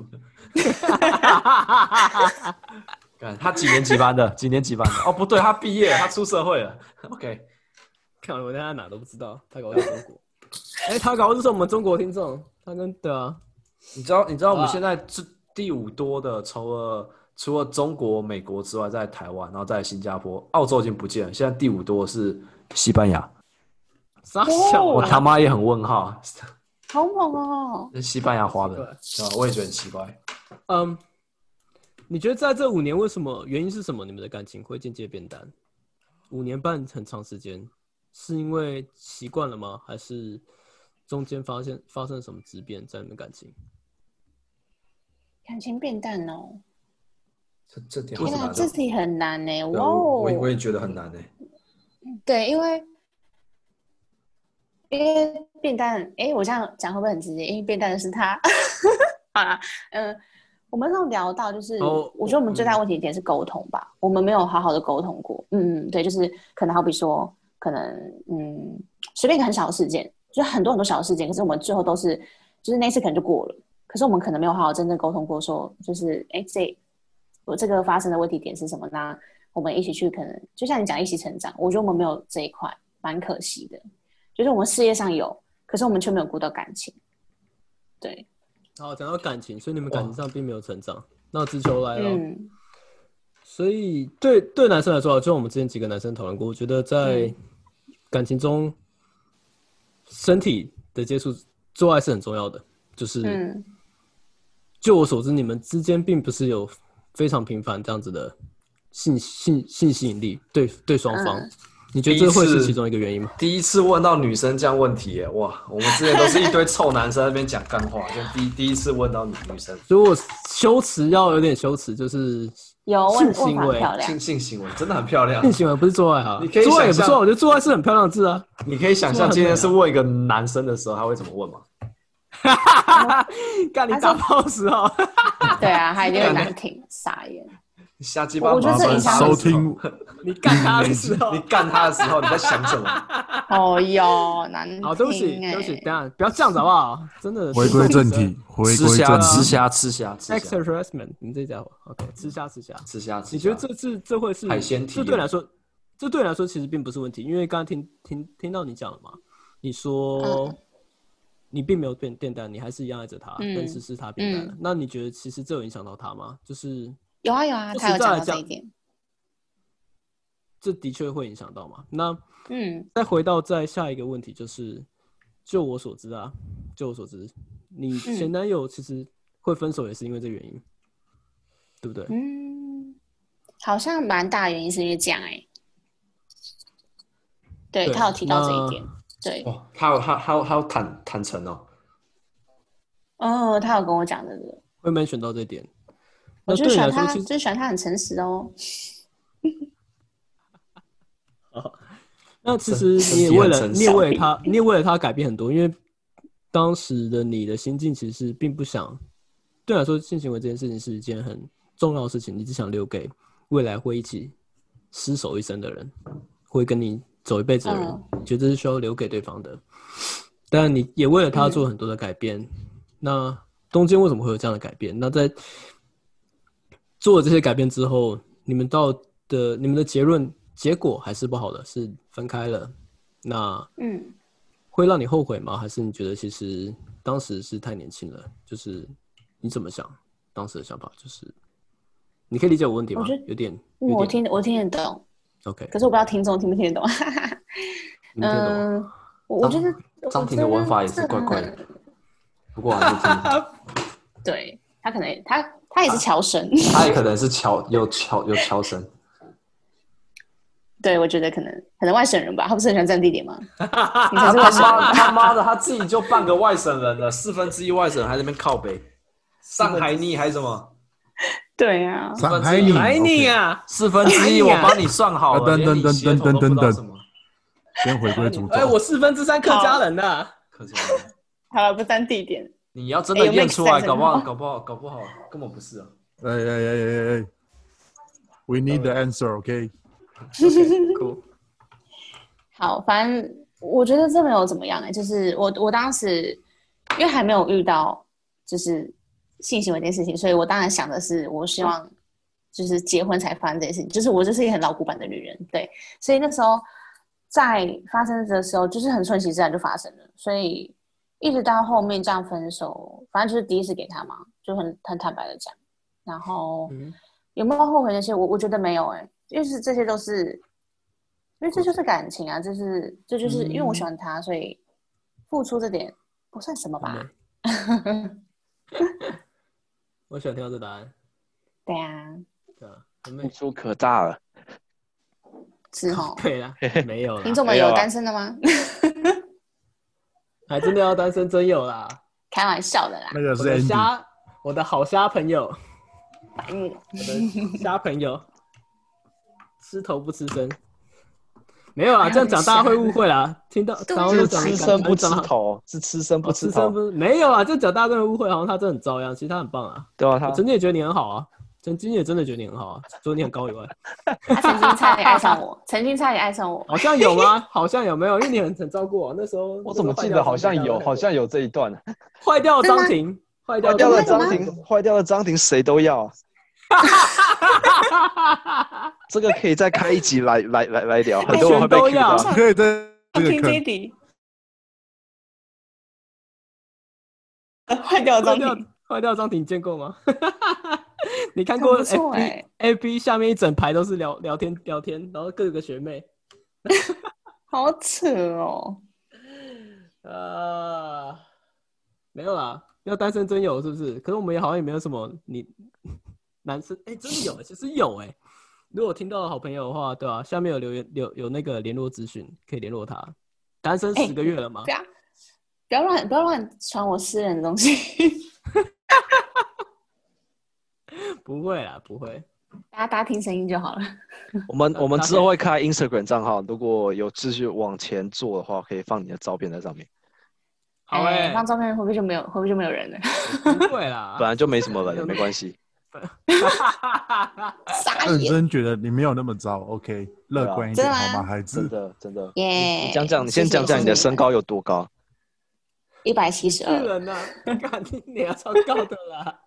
[SPEAKER 3] 看他几年级班的？几年级班的？哦，不对，他毕业了，他出社会了。OK，
[SPEAKER 1] 看我连他哪都不知道，他搞不好是中国。 哎、他搞不好是我们中国听众，他跟对啊，
[SPEAKER 3] 你知道你知道我们
[SPEAKER 1] 好啊
[SPEAKER 3] 现在是第五多的，除了除了中国、美国之外，在台湾，然后在新加坡、澳洲已经不见了。现在第五多的是西班牙，
[SPEAKER 1] 傻小啊
[SPEAKER 2] 哦
[SPEAKER 3] 我他妈也很问号，
[SPEAKER 2] 好猛哦！
[SPEAKER 3] 西班牙花的
[SPEAKER 1] 对，
[SPEAKER 3] 对吧？我也觉得很奇怪。
[SPEAKER 1] 嗯，你觉得在这五年为什么原因是什么？你们的感情会渐渐变淡？五年半很长时间，是因为习惯了吗？还是中间发现发生了什么质变在你们感情？
[SPEAKER 2] 感情变淡哦，
[SPEAKER 3] 这这点
[SPEAKER 2] 天
[SPEAKER 3] 很难
[SPEAKER 2] 哪，
[SPEAKER 3] 啊，
[SPEAKER 2] 这题很难呢、
[SPEAKER 3] 对
[SPEAKER 2] 哇
[SPEAKER 3] 啊我我也我
[SPEAKER 2] 哦，
[SPEAKER 3] 也觉得很难哎。
[SPEAKER 2] 对，因为因为变淡，哎、我这样讲会不会很直接？因为变淡的是他。 好啦，嗯、我们刚刚聊到就是，
[SPEAKER 1] 哦
[SPEAKER 2] 我觉得我们最大问题点是沟通吧，我们没有好好的沟通过。嗯，对，就是可能好比说，可能嗯，随便一个很小的事件，就是很多很多小的事件，可是我们最后都是，就是那次可能就过了，可是我们可能没有好好真正沟通过说就是哎、诶这我这个发生的问题点是什么呢？我们一起去，可能就像你讲一起成长，我觉得我们没有这一块，蛮可惜的。就是我们事业上有，可是我们却没有顾到感情。对，
[SPEAKER 1] 好，讲到感情，所以你们感情上并没有成长。那直球来了，
[SPEAKER 2] 嗯，
[SPEAKER 1] 所以对对男生来说啊，就像我们之前几个男生讨论过，我觉得
[SPEAKER 2] 嗯
[SPEAKER 1] 在感情中，身体的接触、做爱是很重要的。就是，
[SPEAKER 2] 嗯，
[SPEAKER 1] 就我所知，你们之间并不是有非常频繁这样子的性性性吸引力对对双方。
[SPEAKER 2] 嗯
[SPEAKER 1] 你觉得这会
[SPEAKER 3] 第一
[SPEAKER 1] 是
[SPEAKER 3] 次
[SPEAKER 1] 其中一个原因吗？
[SPEAKER 3] 第一次问到女生这样问题耶，哇！我们之前都是一堆臭男生在那边讲干话，就第第一次问到女女生
[SPEAKER 1] 所以我羞耻要有点羞耻，就是
[SPEAKER 2] 有
[SPEAKER 1] 性
[SPEAKER 2] 问
[SPEAKER 1] 行
[SPEAKER 2] 问法
[SPEAKER 1] 为
[SPEAKER 2] 漂亮
[SPEAKER 3] 性，性行为，真的很漂亮
[SPEAKER 1] 性。行为不是做爱哈
[SPEAKER 3] 你可，以
[SPEAKER 1] 做爱也不
[SPEAKER 3] 想象
[SPEAKER 1] 错，我觉得做爱是很漂亮的字啊。
[SPEAKER 3] 你可以想象今天是问一个男生的时候，他会怎么问吗？
[SPEAKER 1] 干你打炮时候，
[SPEAKER 2] 对啊，他一定会难听，傻眼。
[SPEAKER 3] 下鸡巴
[SPEAKER 2] 我觉得
[SPEAKER 3] 麻
[SPEAKER 2] 这
[SPEAKER 3] 烦
[SPEAKER 2] 影响
[SPEAKER 3] 死
[SPEAKER 2] 很
[SPEAKER 4] 收
[SPEAKER 3] 了
[SPEAKER 4] 听，
[SPEAKER 1] 你干他的时候
[SPEAKER 3] 你，干他的时候，你在想什 么？
[SPEAKER 2] 哦哟，难听、欸。
[SPEAKER 1] 啊好，对不起，对不啊起，等一下不要这样子好不好？真的
[SPEAKER 4] 回归正题，回
[SPEAKER 3] 吃
[SPEAKER 4] 归
[SPEAKER 3] 虾，
[SPEAKER 4] 正
[SPEAKER 3] 吃
[SPEAKER 4] 题。
[SPEAKER 3] 虾，吃虾，吃
[SPEAKER 1] ，sex
[SPEAKER 3] 虾，
[SPEAKER 1] harassment，你们这家伙，OK，吃虾吃虾。
[SPEAKER 3] 吃虾，吃虾
[SPEAKER 1] 你觉得这是这会是
[SPEAKER 3] 海鲜体
[SPEAKER 1] 这
[SPEAKER 3] 验
[SPEAKER 1] 对你来说，这对你来说其实并不是问题，因为刚刚听听听到你讲了嘛，你说、你并没有变变淡，你还是一样爱着他，
[SPEAKER 2] 嗯
[SPEAKER 1] 但是是他变淡了。那你觉得其实这有影响到他吗？就是
[SPEAKER 2] 有啊有啊，
[SPEAKER 1] 就
[SPEAKER 2] 他有
[SPEAKER 1] 实在
[SPEAKER 2] 讲
[SPEAKER 1] 来
[SPEAKER 2] 到这一
[SPEAKER 1] 讲
[SPEAKER 2] 点。
[SPEAKER 1] 这的确会影响到嘛？那
[SPEAKER 2] 嗯
[SPEAKER 1] 再回到再下一个问题，就是就我所知啊，就我所知，你
[SPEAKER 2] 嗯
[SPEAKER 1] 前男友其实会分手也是因为这原因，对不对？
[SPEAKER 2] 嗯，好像蛮大的原因是因为这样哎、欸。对
[SPEAKER 1] 对
[SPEAKER 2] 他有提到这
[SPEAKER 1] 那
[SPEAKER 2] 一点，对，
[SPEAKER 3] 哇，他有他他有他有坦坦诚哦，
[SPEAKER 2] 哦，他有跟我讲这个，
[SPEAKER 1] 会没选到这点？
[SPEAKER 2] 我
[SPEAKER 1] 那
[SPEAKER 3] 哦
[SPEAKER 2] 就
[SPEAKER 1] 对你
[SPEAKER 2] 喜欢
[SPEAKER 1] 来说，
[SPEAKER 2] 他，
[SPEAKER 1] 其实
[SPEAKER 2] 就是喜欢他很诚实哦。
[SPEAKER 1] 那其实
[SPEAKER 3] 身
[SPEAKER 1] 你也
[SPEAKER 3] 身体
[SPEAKER 1] 为
[SPEAKER 3] 很
[SPEAKER 1] 了
[SPEAKER 3] 诚
[SPEAKER 1] 你也
[SPEAKER 3] 实
[SPEAKER 1] 为了他，你也为了他改变很多，因为当时的你的心境其实是并不想，对我来说性行为这件事情是一件很重要的事情，你只想留给未来会一起厮守一生的人，会跟你走一辈子的人，
[SPEAKER 2] 嗯
[SPEAKER 1] 你觉得这是需要留给对方的。但你也为了他做很多的改变，
[SPEAKER 2] 嗯
[SPEAKER 1] 那中间为什么会有这样的改变？那在做了这些改变之后，你们到的你们的结论结果还是不好的，是分开了。那
[SPEAKER 2] 嗯，
[SPEAKER 1] 会让你后悔吗？还是你觉得其实当时是太年轻了？就是你怎么想？当时的想法就是，你可以理解我问题吗
[SPEAKER 2] 我觉得？
[SPEAKER 1] 有点，有
[SPEAKER 2] 我
[SPEAKER 1] 点
[SPEAKER 2] 听我听得懂，
[SPEAKER 1] OK，
[SPEAKER 2] 可是我不知道听众听不听得懂。
[SPEAKER 3] 你听得懂吗？
[SPEAKER 2] 嗯，我我觉得
[SPEAKER 3] 张庭的文法也是怪
[SPEAKER 2] 呃我觉
[SPEAKER 3] 怪。的
[SPEAKER 2] 得，
[SPEAKER 3] 不过还是 听得懂，
[SPEAKER 2] 对他可能他他也是乔神，
[SPEAKER 3] 他也可能是乔有乔有乔神，
[SPEAKER 2] 对我觉得可能可能外省人吧，他不是很喜欢占地点 吗？你才
[SPEAKER 3] 他
[SPEAKER 2] 是外省人
[SPEAKER 3] 妈他妈的，他自己就半个外省人了，四分之一外省人还在那边靠北，上海你还什么？
[SPEAKER 2] 对啊，
[SPEAKER 4] 上海你，
[SPEAKER 1] 来你啊！
[SPEAKER 3] 四分之一我帮你算好了，
[SPEAKER 4] 哎呀
[SPEAKER 3] 连你血统都不知道什么。
[SPEAKER 4] OK，先回归主
[SPEAKER 1] 哎，
[SPEAKER 4] 轴
[SPEAKER 1] 我。四分之三客家人啊呐、
[SPEAKER 3] 可是
[SPEAKER 2] 好了，不占地点，
[SPEAKER 3] 你要真的
[SPEAKER 2] 哎
[SPEAKER 3] 验出来，
[SPEAKER 2] 有 make sense
[SPEAKER 3] 搞不好搞不好搞不好根本不是啊。
[SPEAKER 4] 哎哎哎哎哎哎，We need the answer，OK？
[SPEAKER 1] 酷，
[SPEAKER 2] 好，反正我觉得这没有怎么样哎、就是我我当时因为还没有遇到就是性行为这件事情，所以我当然想的是，我希望就是结婚才发生这件事情，就是我就是一个很老古板的女人，对，所以那时候在发生的时候，就是很顺其自然就发生了，所以一直到后面这样分手，反正就是第一次给他嘛，就很很坦白的讲，然后。
[SPEAKER 1] 嗯，
[SPEAKER 2] 欸有没有后悔那些？我我觉得没有哎、因为是这些都是因为这就是感情啊，这是这就是因为我喜
[SPEAKER 3] 嗯
[SPEAKER 2] 欢他，所以付出这点不算什么吧？
[SPEAKER 1] 我喜欢听到这答案，
[SPEAKER 2] 对啊，
[SPEAKER 1] 对啊，很
[SPEAKER 3] 付
[SPEAKER 1] 美，
[SPEAKER 3] 出可炸了。
[SPEAKER 2] 是哦。
[SPEAKER 1] 对 啦，没有啦，
[SPEAKER 2] 听众们
[SPEAKER 3] 没有
[SPEAKER 2] 有
[SPEAKER 3] 啊
[SPEAKER 2] 单身的吗？
[SPEAKER 1] 还真的要单身真有啦，
[SPEAKER 2] 开玩笑的啦，
[SPEAKER 4] 那个
[SPEAKER 1] 我
[SPEAKER 4] 是
[SPEAKER 1] 的
[SPEAKER 4] Andy，
[SPEAKER 1] 虾，我的好虾朋友，
[SPEAKER 2] 白
[SPEAKER 1] 我
[SPEAKER 2] 目。
[SPEAKER 1] 的虾朋友，吃头不吃身，没有啊，这样讲大家会误会啦，听到
[SPEAKER 2] 对啊
[SPEAKER 1] 然后
[SPEAKER 2] 是
[SPEAKER 1] 就
[SPEAKER 3] 是
[SPEAKER 1] 讲
[SPEAKER 3] 吃
[SPEAKER 2] 吃
[SPEAKER 3] 生
[SPEAKER 2] 生
[SPEAKER 3] 不吃头，是吃生不
[SPEAKER 1] 不
[SPEAKER 3] 哦吃
[SPEAKER 1] 吃
[SPEAKER 3] 头
[SPEAKER 1] 身，不是没有啊，这样讲大家真的误会，好像他真的很遭殃，其实他很棒啊。
[SPEAKER 3] 对吧？他
[SPEAKER 1] 我曾经也觉得你很好啊，曾经也真的觉得你很好啊，除了你很高以外，
[SPEAKER 2] 他曾经差点爱上我，曾经差点爱 上我。
[SPEAKER 1] 好像有吗？好像有没有？因为你很很照顾我，那时候
[SPEAKER 3] 我怎么记得好像有，好像有这一段。啊
[SPEAKER 1] 坏掉了张婷，坏
[SPEAKER 3] 坏
[SPEAKER 1] 掉
[SPEAKER 3] 掉
[SPEAKER 1] 了
[SPEAKER 3] 了
[SPEAKER 2] 张
[SPEAKER 3] 张
[SPEAKER 2] 婷
[SPEAKER 3] 婷，坏掉了张婷，谁都 要。啊这个可以再开一集来来来来聊，很多人会被
[SPEAKER 1] 全都
[SPEAKER 3] Q
[SPEAKER 1] 要
[SPEAKER 3] 到。
[SPEAKER 4] 可以在这
[SPEAKER 2] 听
[SPEAKER 4] 个
[SPEAKER 2] 这一
[SPEAKER 4] 坑
[SPEAKER 2] 题，坏掉
[SPEAKER 1] 坏
[SPEAKER 2] 张
[SPEAKER 1] 掉
[SPEAKER 2] 婷，
[SPEAKER 1] 坏掉张婷，你见过吗？ 你看
[SPEAKER 2] 很
[SPEAKER 1] 过
[SPEAKER 2] 不
[SPEAKER 1] F
[SPEAKER 2] 错
[SPEAKER 1] B、
[SPEAKER 2] 哎，
[SPEAKER 1] A B 下面一整排都是聊聊天聊天，然后各个学妹，
[SPEAKER 2] 好扯哦。
[SPEAKER 1] 呃，没有啦，要单身真有是不是？可是我们也好像也没有什么你 男生，哎、真的有，其实有哎、如果听到的好朋友的话，对啊，下面有留言有有那个联络资讯，可以联络他。单身十个月了吗？
[SPEAKER 2] 对啊，不要乱不要乱传我私人的东西，
[SPEAKER 1] 不会啦，不会。
[SPEAKER 2] 大家大家听声音就好了。
[SPEAKER 3] 我们
[SPEAKER 1] 呃
[SPEAKER 3] 我们之后会开 Instagram 账号，如果有继续往前做的话，可以放你的照片在上面。
[SPEAKER 1] 好
[SPEAKER 3] 欸
[SPEAKER 1] 哎、
[SPEAKER 2] 放照片会不会就没有会不会就没有人了？
[SPEAKER 1] 不会
[SPEAKER 3] 本
[SPEAKER 1] 啦。
[SPEAKER 3] 来就没什么 人，没关系。
[SPEAKER 2] 傻
[SPEAKER 3] 呃
[SPEAKER 4] 认
[SPEAKER 2] 眼
[SPEAKER 4] 真觉得你没有那么糟，OK，乐观一
[SPEAKER 2] 真
[SPEAKER 4] 点
[SPEAKER 2] 的吗
[SPEAKER 4] 好吗，孩子
[SPEAKER 3] 真？的真的。
[SPEAKER 2] 耶！
[SPEAKER 3] 你讲讲，你先讲讲你的身高有多高？
[SPEAKER 2] 一百七十
[SPEAKER 1] 巨
[SPEAKER 2] 二，
[SPEAKER 1] 人呐、啊，干你娘超高的 啦！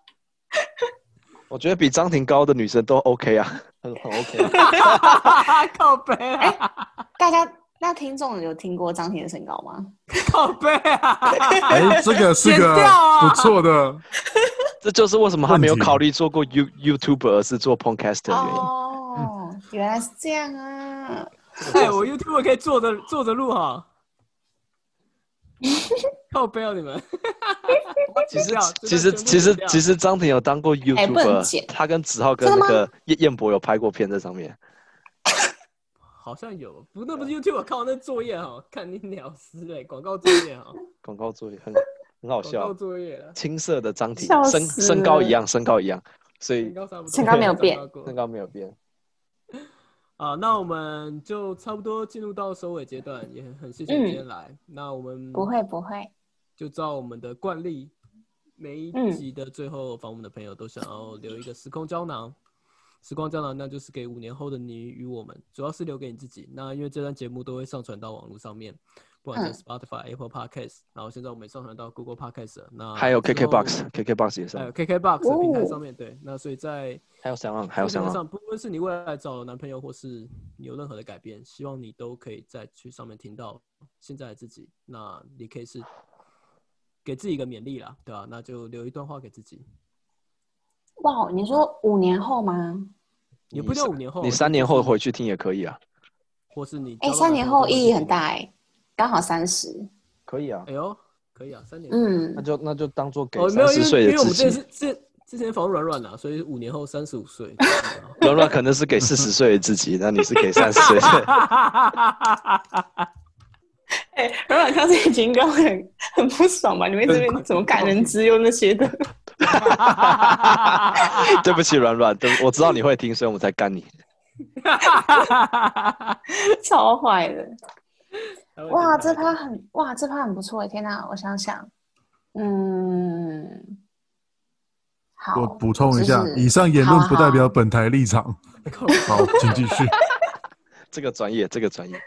[SPEAKER 3] 我觉得比张婷高的女生都 OK 啊， 很很 OK 啊。
[SPEAKER 1] 靠背啊，
[SPEAKER 2] 大家那听众有听过张婷的身高吗？
[SPEAKER 1] 靠背啊！
[SPEAKER 4] 哎，这个是
[SPEAKER 1] 剪
[SPEAKER 4] 个
[SPEAKER 1] 掉啊
[SPEAKER 4] 不错的，
[SPEAKER 3] 这就是为什么他没有
[SPEAKER 4] 问题
[SPEAKER 3] 考虑做过 You YouTuber，而是做 Podcast 的原因。
[SPEAKER 2] 哦，原来是这样啊！
[SPEAKER 1] 哎，我 YouTube 可以坐着坐着录 哈。靠背啊你 们！
[SPEAKER 3] 其实
[SPEAKER 1] 剪掉
[SPEAKER 3] 其实其实
[SPEAKER 1] 这段全部剪掉
[SPEAKER 3] 其，实张婷有当过
[SPEAKER 2] 哎不能
[SPEAKER 3] YouTuber，
[SPEAKER 2] 剪
[SPEAKER 3] 她跟子浩跟
[SPEAKER 2] 真
[SPEAKER 3] 那
[SPEAKER 2] 的吗
[SPEAKER 3] 个燕燕博有拍过片在上面。
[SPEAKER 1] 好像有，不那不是 YouTube，靠那作业哈，看你鸟丝嘞，广告作业哈，
[SPEAKER 3] 广告作业很很
[SPEAKER 1] 广告
[SPEAKER 3] 好笑，
[SPEAKER 1] 作业啊了，
[SPEAKER 3] 青涩的张婷
[SPEAKER 2] 笑
[SPEAKER 3] 身
[SPEAKER 2] 死
[SPEAKER 3] 身高一
[SPEAKER 2] 了
[SPEAKER 3] 样，身高一样，所以
[SPEAKER 1] 身高差不多
[SPEAKER 2] 身高没有变
[SPEAKER 1] 长高过
[SPEAKER 3] 身高没有变。
[SPEAKER 1] 啊，那我们就差不多进入到收尾阶段，也很很谢谢你今天来。那我们
[SPEAKER 2] 嗯不会不会，
[SPEAKER 1] 就照我们的惯例，每
[SPEAKER 3] 嗯
[SPEAKER 1] 一集的最后，访问的朋友都想要留一个时空胶囊。时光胶囊，那就是给五年后的你与我们，主要是留给你自己。那因为这段节目都会上传到网络上面，不
[SPEAKER 3] 嗯
[SPEAKER 1] 管是 Spotify、Apple Podcast，然后现在我们也上传到 Google Podcast 了。那
[SPEAKER 3] 还有
[SPEAKER 1] 之后
[SPEAKER 3] KKBox，KKBox 也是
[SPEAKER 1] 还，有 KKBox 的平
[SPEAKER 3] 哦
[SPEAKER 1] 台上面，对。那所以在
[SPEAKER 3] 还有想浪，还有
[SPEAKER 1] 基
[SPEAKER 3] 想
[SPEAKER 1] 本
[SPEAKER 3] 浪，
[SPEAKER 1] 上，不论是你未来找男朋友，或是你有任何的改变，希望你都可以再去上面听到现在的自己。那你可以是给自己一个勉励啦，对吧、那就留一段话给自己，
[SPEAKER 2] 哇，你说五年后吗？
[SPEAKER 1] 也不一定要五年后，
[SPEAKER 3] 你三年后回去听也可 以啊，
[SPEAKER 1] 或是你交
[SPEAKER 2] 哎、
[SPEAKER 1] 到
[SPEAKER 2] 三年后
[SPEAKER 1] 男朋友
[SPEAKER 2] 意义很。大哎、刚好三十。
[SPEAKER 3] 可以啊
[SPEAKER 1] 哎，呦，可以啊，三年。
[SPEAKER 2] 嗯
[SPEAKER 3] 那，就那就当做给
[SPEAKER 1] 哦，没
[SPEAKER 3] 三
[SPEAKER 1] 有，因
[SPEAKER 3] 十
[SPEAKER 1] 为
[SPEAKER 3] 岁
[SPEAKER 1] 因
[SPEAKER 3] 的
[SPEAKER 1] 为我
[SPEAKER 3] 自
[SPEAKER 1] 们这
[SPEAKER 3] 己，
[SPEAKER 1] 是这之前访问软软啦，所以五年后三十五岁。
[SPEAKER 3] 柔柔可能是给四十岁的自己，那你是给三十岁的。
[SPEAKER 2] 哎、软软看这些情歌会很很不爽吧？你们这边怎么感人之忧那些 的？
[SPEAKER 3] 对不起，软软，对，我知道你会听，所以我们才干你。
[SPEAKER 2] 超坏的。哇，这趴很哇，这趴很不错哎！天哪，我想想，嗯，好，
[SPEAKER 4] 我补充一下
[SPEAKER 2] 就，是
[SPEAKER 4] 以上言论
[SPEAKER 2] 好啊
[SPEAKER 4] 不代表本台立场。 好，请继 续。
[SPEAKER 3] 这个专业，这个专业，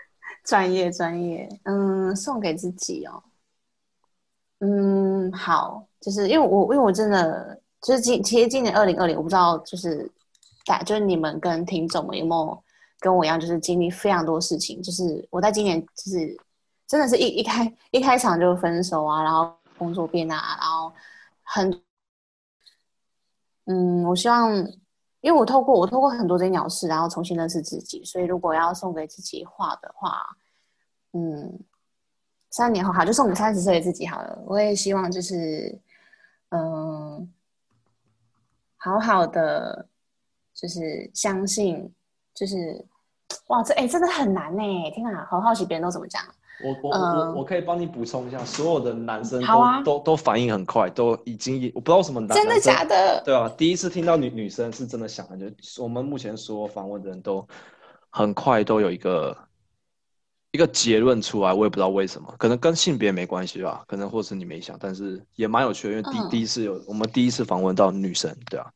[SPEAKER 2] 专业专业，嗯，送给自己哦，嗯，好，就是因为我因为我真的就是今其实今年二零二零，我不知道就是大就是你们跟听众们有没有跟我一样，就是经历非常多事情，就是我在今年就是真的是一一开一开场就分手啊，然后工作变啊，然后很，嗯，我希望因为我透过我透过很多这些鸟事，然后重新认识自己，所以如果要送给自己画的话，嗯，三年后好，就送给三十岁的自己好了。我也希望就是，嗯，好好的，就是相信，就是哇，这哎、真的很难呢、天啊，好好奇别人都怎么讲。
[SPEAKER 5] 我我
[SPEAKER 2] 呃
[SPEAKER 5] 我我可以帮你补充一下，所有的男生都、
[SPEAKER 2] 好啊
[SPEAKER 5] 都都反应很快，都已经我不知道为什么男
[SPEAKER 2] 真的
[SPEAKER 5] 男生
[SPEAKER 2] 假的？
[SPEAKER 5] 对啊，第一次听到女女生是真的想的，就是我们目前所有访问的人都很快都有一个一个结论出来，我也不知道为什么，可能跟性别没关系吧，可能或是你没想，但是也蛮有趣的，因为第、
[SPEAKER 2] 嗯
[SPEAKER 5] 第一次有我们第一次访问到女生，对啊，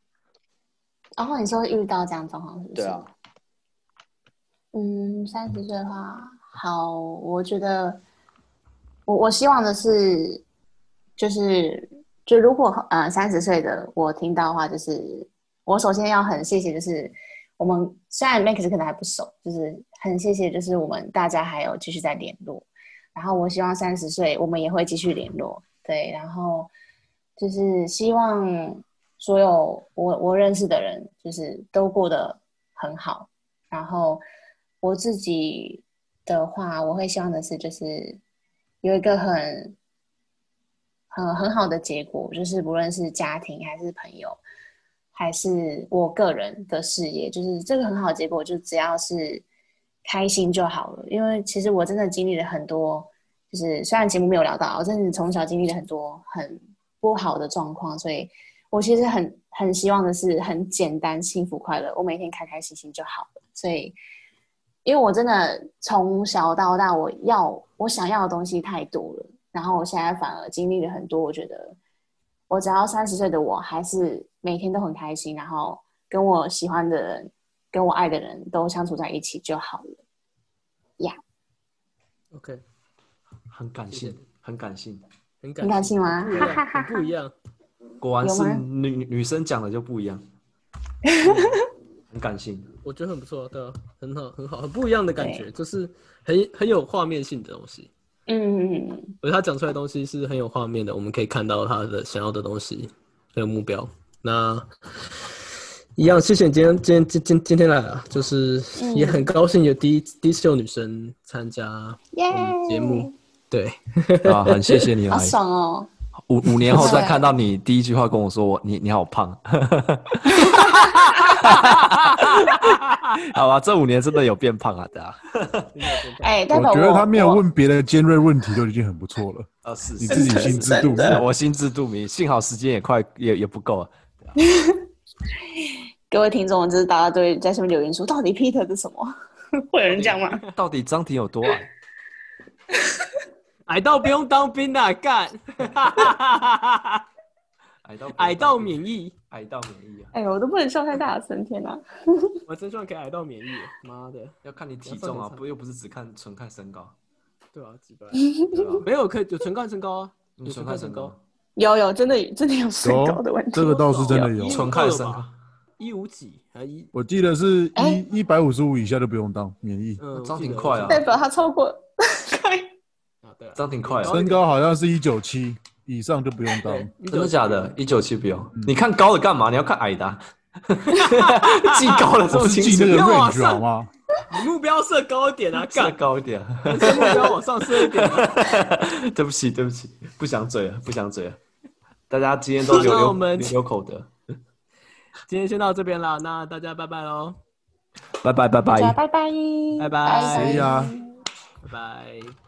[SPEAKER 2] 然后、你说遇到这样的状况是不是？
[SPEAKER 5] 对啊，
[SPEAKER 2] 嗯，三十岁的话，好，我觉得我我希望的是，就是就如果呃三十岁的我听到的话，就是我首先要很谢谢，就是我们虽然 Max 可能还不熟，就是很谢谢，就是我们大家还有继续在联络。然后我希望三十岁我们也会继续联络，对，然后就是希望所有我我认识的人，就是都过得很好。然后我自己的话，我会希望的是，就是有一个很很很好的结果，就是不论是家庭还是朋友，还是我个人的事业，就是这个很好的结果，就只要是开心就好了。因为其实我真的经历了很多，就是虽然节目没有聊到，我真的从小经历了很多很不好的状况，所以我其实很很希望的是很简单、幸福、快乐，我每天开开心心就好了。所以，因为我真的从小到大，我要我想要的东西太多了，然后我现在反而经历了很多，我觉得我只要三十岁的我，还是每天都很开心，然后跟我喜欢的人、跟我爱的人都相处在一起就好了。
[SPEAKER 1] OK，
[SPEAKER 3] 很感性，很感性。
[SPEAKER 1] 很
[SPEAKER 2] 很
[SPEAKER 1] 感
[SPEAKER 2] 感
[SPEAKER 1] 性，
[SPEAKER 2] 性吗？
[SPEAKER 1] 对 啊很不一样。
[SPEAKER 3] 果然
[SPEAKER 2] 有
[SPEAKER 3] 是
[SPEAKER 2] 吗
[SPEAKER 3] 女女生讲的就不一 样，很感性。
[SPEAKER 1] 我觉得很不错，对啊，很好，很好，很不一样的感觉，
[SPEAKER 2] 对
[SPEAKER 1] 就是很很有画面性的东西。
[SPEAKER 2] 嗯，
[SPEAKER 1] 而且他讲出来的东西是很有画面的，我们可以看到他的想要的东西，很有目标。那一样，谢谢你今天今天今今今天来啊，就是
[SPEAKER 2] 嗯
[SPEAKER 1] 也很高兴有第一第一次有女生参加
[SPEAKER 2] 耶、
[SPEAKER 1] 我们节目，对，
[SPEAKER 3] 对 啊，很谢谢你来
[SPEAKER 2] 好。爽哦！
[SPEAKER 3] 五五年 后再
[SPEAKER 2] 对
[SPEAKER 3] 看到你，第一句话跟我说我你你好胖。 好吧，这五年真的有变胖啊，对啊。
[SPEAKER 2] 哎、代
[SPEAKER 4] 我
[SPEAKER 2] 表
[SPEAKER 4] 觉得他没有
[SPEAKER 2] 我
[SPEAKER 4] 问别的尖锐问题就已经很不错了。
[SPEAKER 3] 呃，是
[SPEAKER 4] 你自己
[SPEAKER 3] 是
[SPEAKER 4] 心知
[SPEAKER 3] 是
[SPEAKER 4] 肚明
[SPEAKER 3] 是我心知肚明。幸好时间也快，也也不够了。啊
[SPEAKER 2] 各位听众，就是大家都会在下面留言说，到底 Peter 是什么？会有人讲吗？
[SPEAKER 3] 到底张婷有多矮？
[SPEAKER 1] 矮到不用当兵的、干，
[SPEAKER 3] 矮到
[SPEAKER 1] 矮到免疫，
[SPEAKER 3] 矮到免疫啊！
[SPEAKER 2] 哎呦，我都不能笑太大声，天哪！
[SPEAKER 1] 我真希望可以矮到免疫，妈的，
[SPEAKER 3] 要看你体重啊，不又不是只看纯看身 高，
[SPEAKER 1] 对啊，几百，
[SPEAKER 3] 对吧？
[SPEAKER 1] 没有可以有纯看身高啊，
[SPEAKER 3] 你
[SPEAKER 1] 有纯
[SPEAKER 3] 纯看
[SPEAKER 1] 看
[SPEAKER 3] 身
[SPEAKER 1] 身
[SPEAKER 3] 高
[SPEAKER 1] 高，
[SPEAKER 2] 有有，真的真的有身高的问题。
[SPEAKER 4] 这个倒是真的有
[SPEAKER 1] 一，五
[SPEAKER 3] 纯
[SPEAKER 1] 二
[SPEAKER 3] 看身高
[SPEAKER 1] 吧，一五几呃还一，
[SPEAKER 4] 我记得是
[SPEAKER 2] 哎
[SPEAKER 4] 一一百五十五以下就不用当免疫，
[SPEAKER 1] 嗯，
[SPEAKER 3] 张
[SPEAKER 1] 我记
[SPEAKER 3] 挺
[SPEAKER 1] 得
[SPEAKER 3] 快
[SPEAKER 1] 我
[SPEAKER 3] 啊
[SPEAKER 1] 记
[SPEAKER 2] 代
[SPEAKER 1] 得
[SPEAKER 2] 表他超过，
[SPEAKER 1] 啊，对啊，
[SPEAKER 3] 张挺快啊
[SPEAKER 1] 高一
[SPEAKER 4] 身
[SPEAKER 1] 点
[SPEAKER 4] 高好像是一九七以上就不用当。
[SPEAKER 1] 对，
[SPEAKER 3] 真的假的？一九七不用，你看高的干嘛？你要看矮 的、啊，记高了这
[SPEAKER 4] 我
[SPEAKER 3] 么
[SPEAKER 4] 是
[SPEAKER 3] 清
[SPEAKER 4] 记
[SPEAKER 3] 楚
[SPEAKER 4] 那，个
[SPEAKER 1] 要往
[SPEAKER 4] range 啊
[SPEAKER 1] 上
[SPEAKER 4] 好吗？
[SPEAKER 1] 你目标设高一点啊，
[SPEAKER 3] 再
[SPEAKER 1] 干，
[SPEAKER 3] 高一点、 啊。
[SPEAKER 1] 人生目标往上设一点、啊。
[SPEAKER 3] 对不起，对不起，不想嘴了，不想嘴了。大家今天都 留
[SPEAKER 1] 那我
[SPEAKER 3] 留
[SPEAKER 1] 们
[SPEAKER 3] 留留口德，
[SPEAKER 1] 今天先到这边了，那大家拜拜喽，
[SPEAKER 3] 拜拜
[SPEAKER 2] 大
[SPEAKER 3] 拜拜
[SPEAKER 2] 家。拜拜，
[SPEAKER 1] 拜拜
[SPEAKER 2] 拜
[SPEAKER 4] 谁呀？
[SPEAKER 1] 拜拜。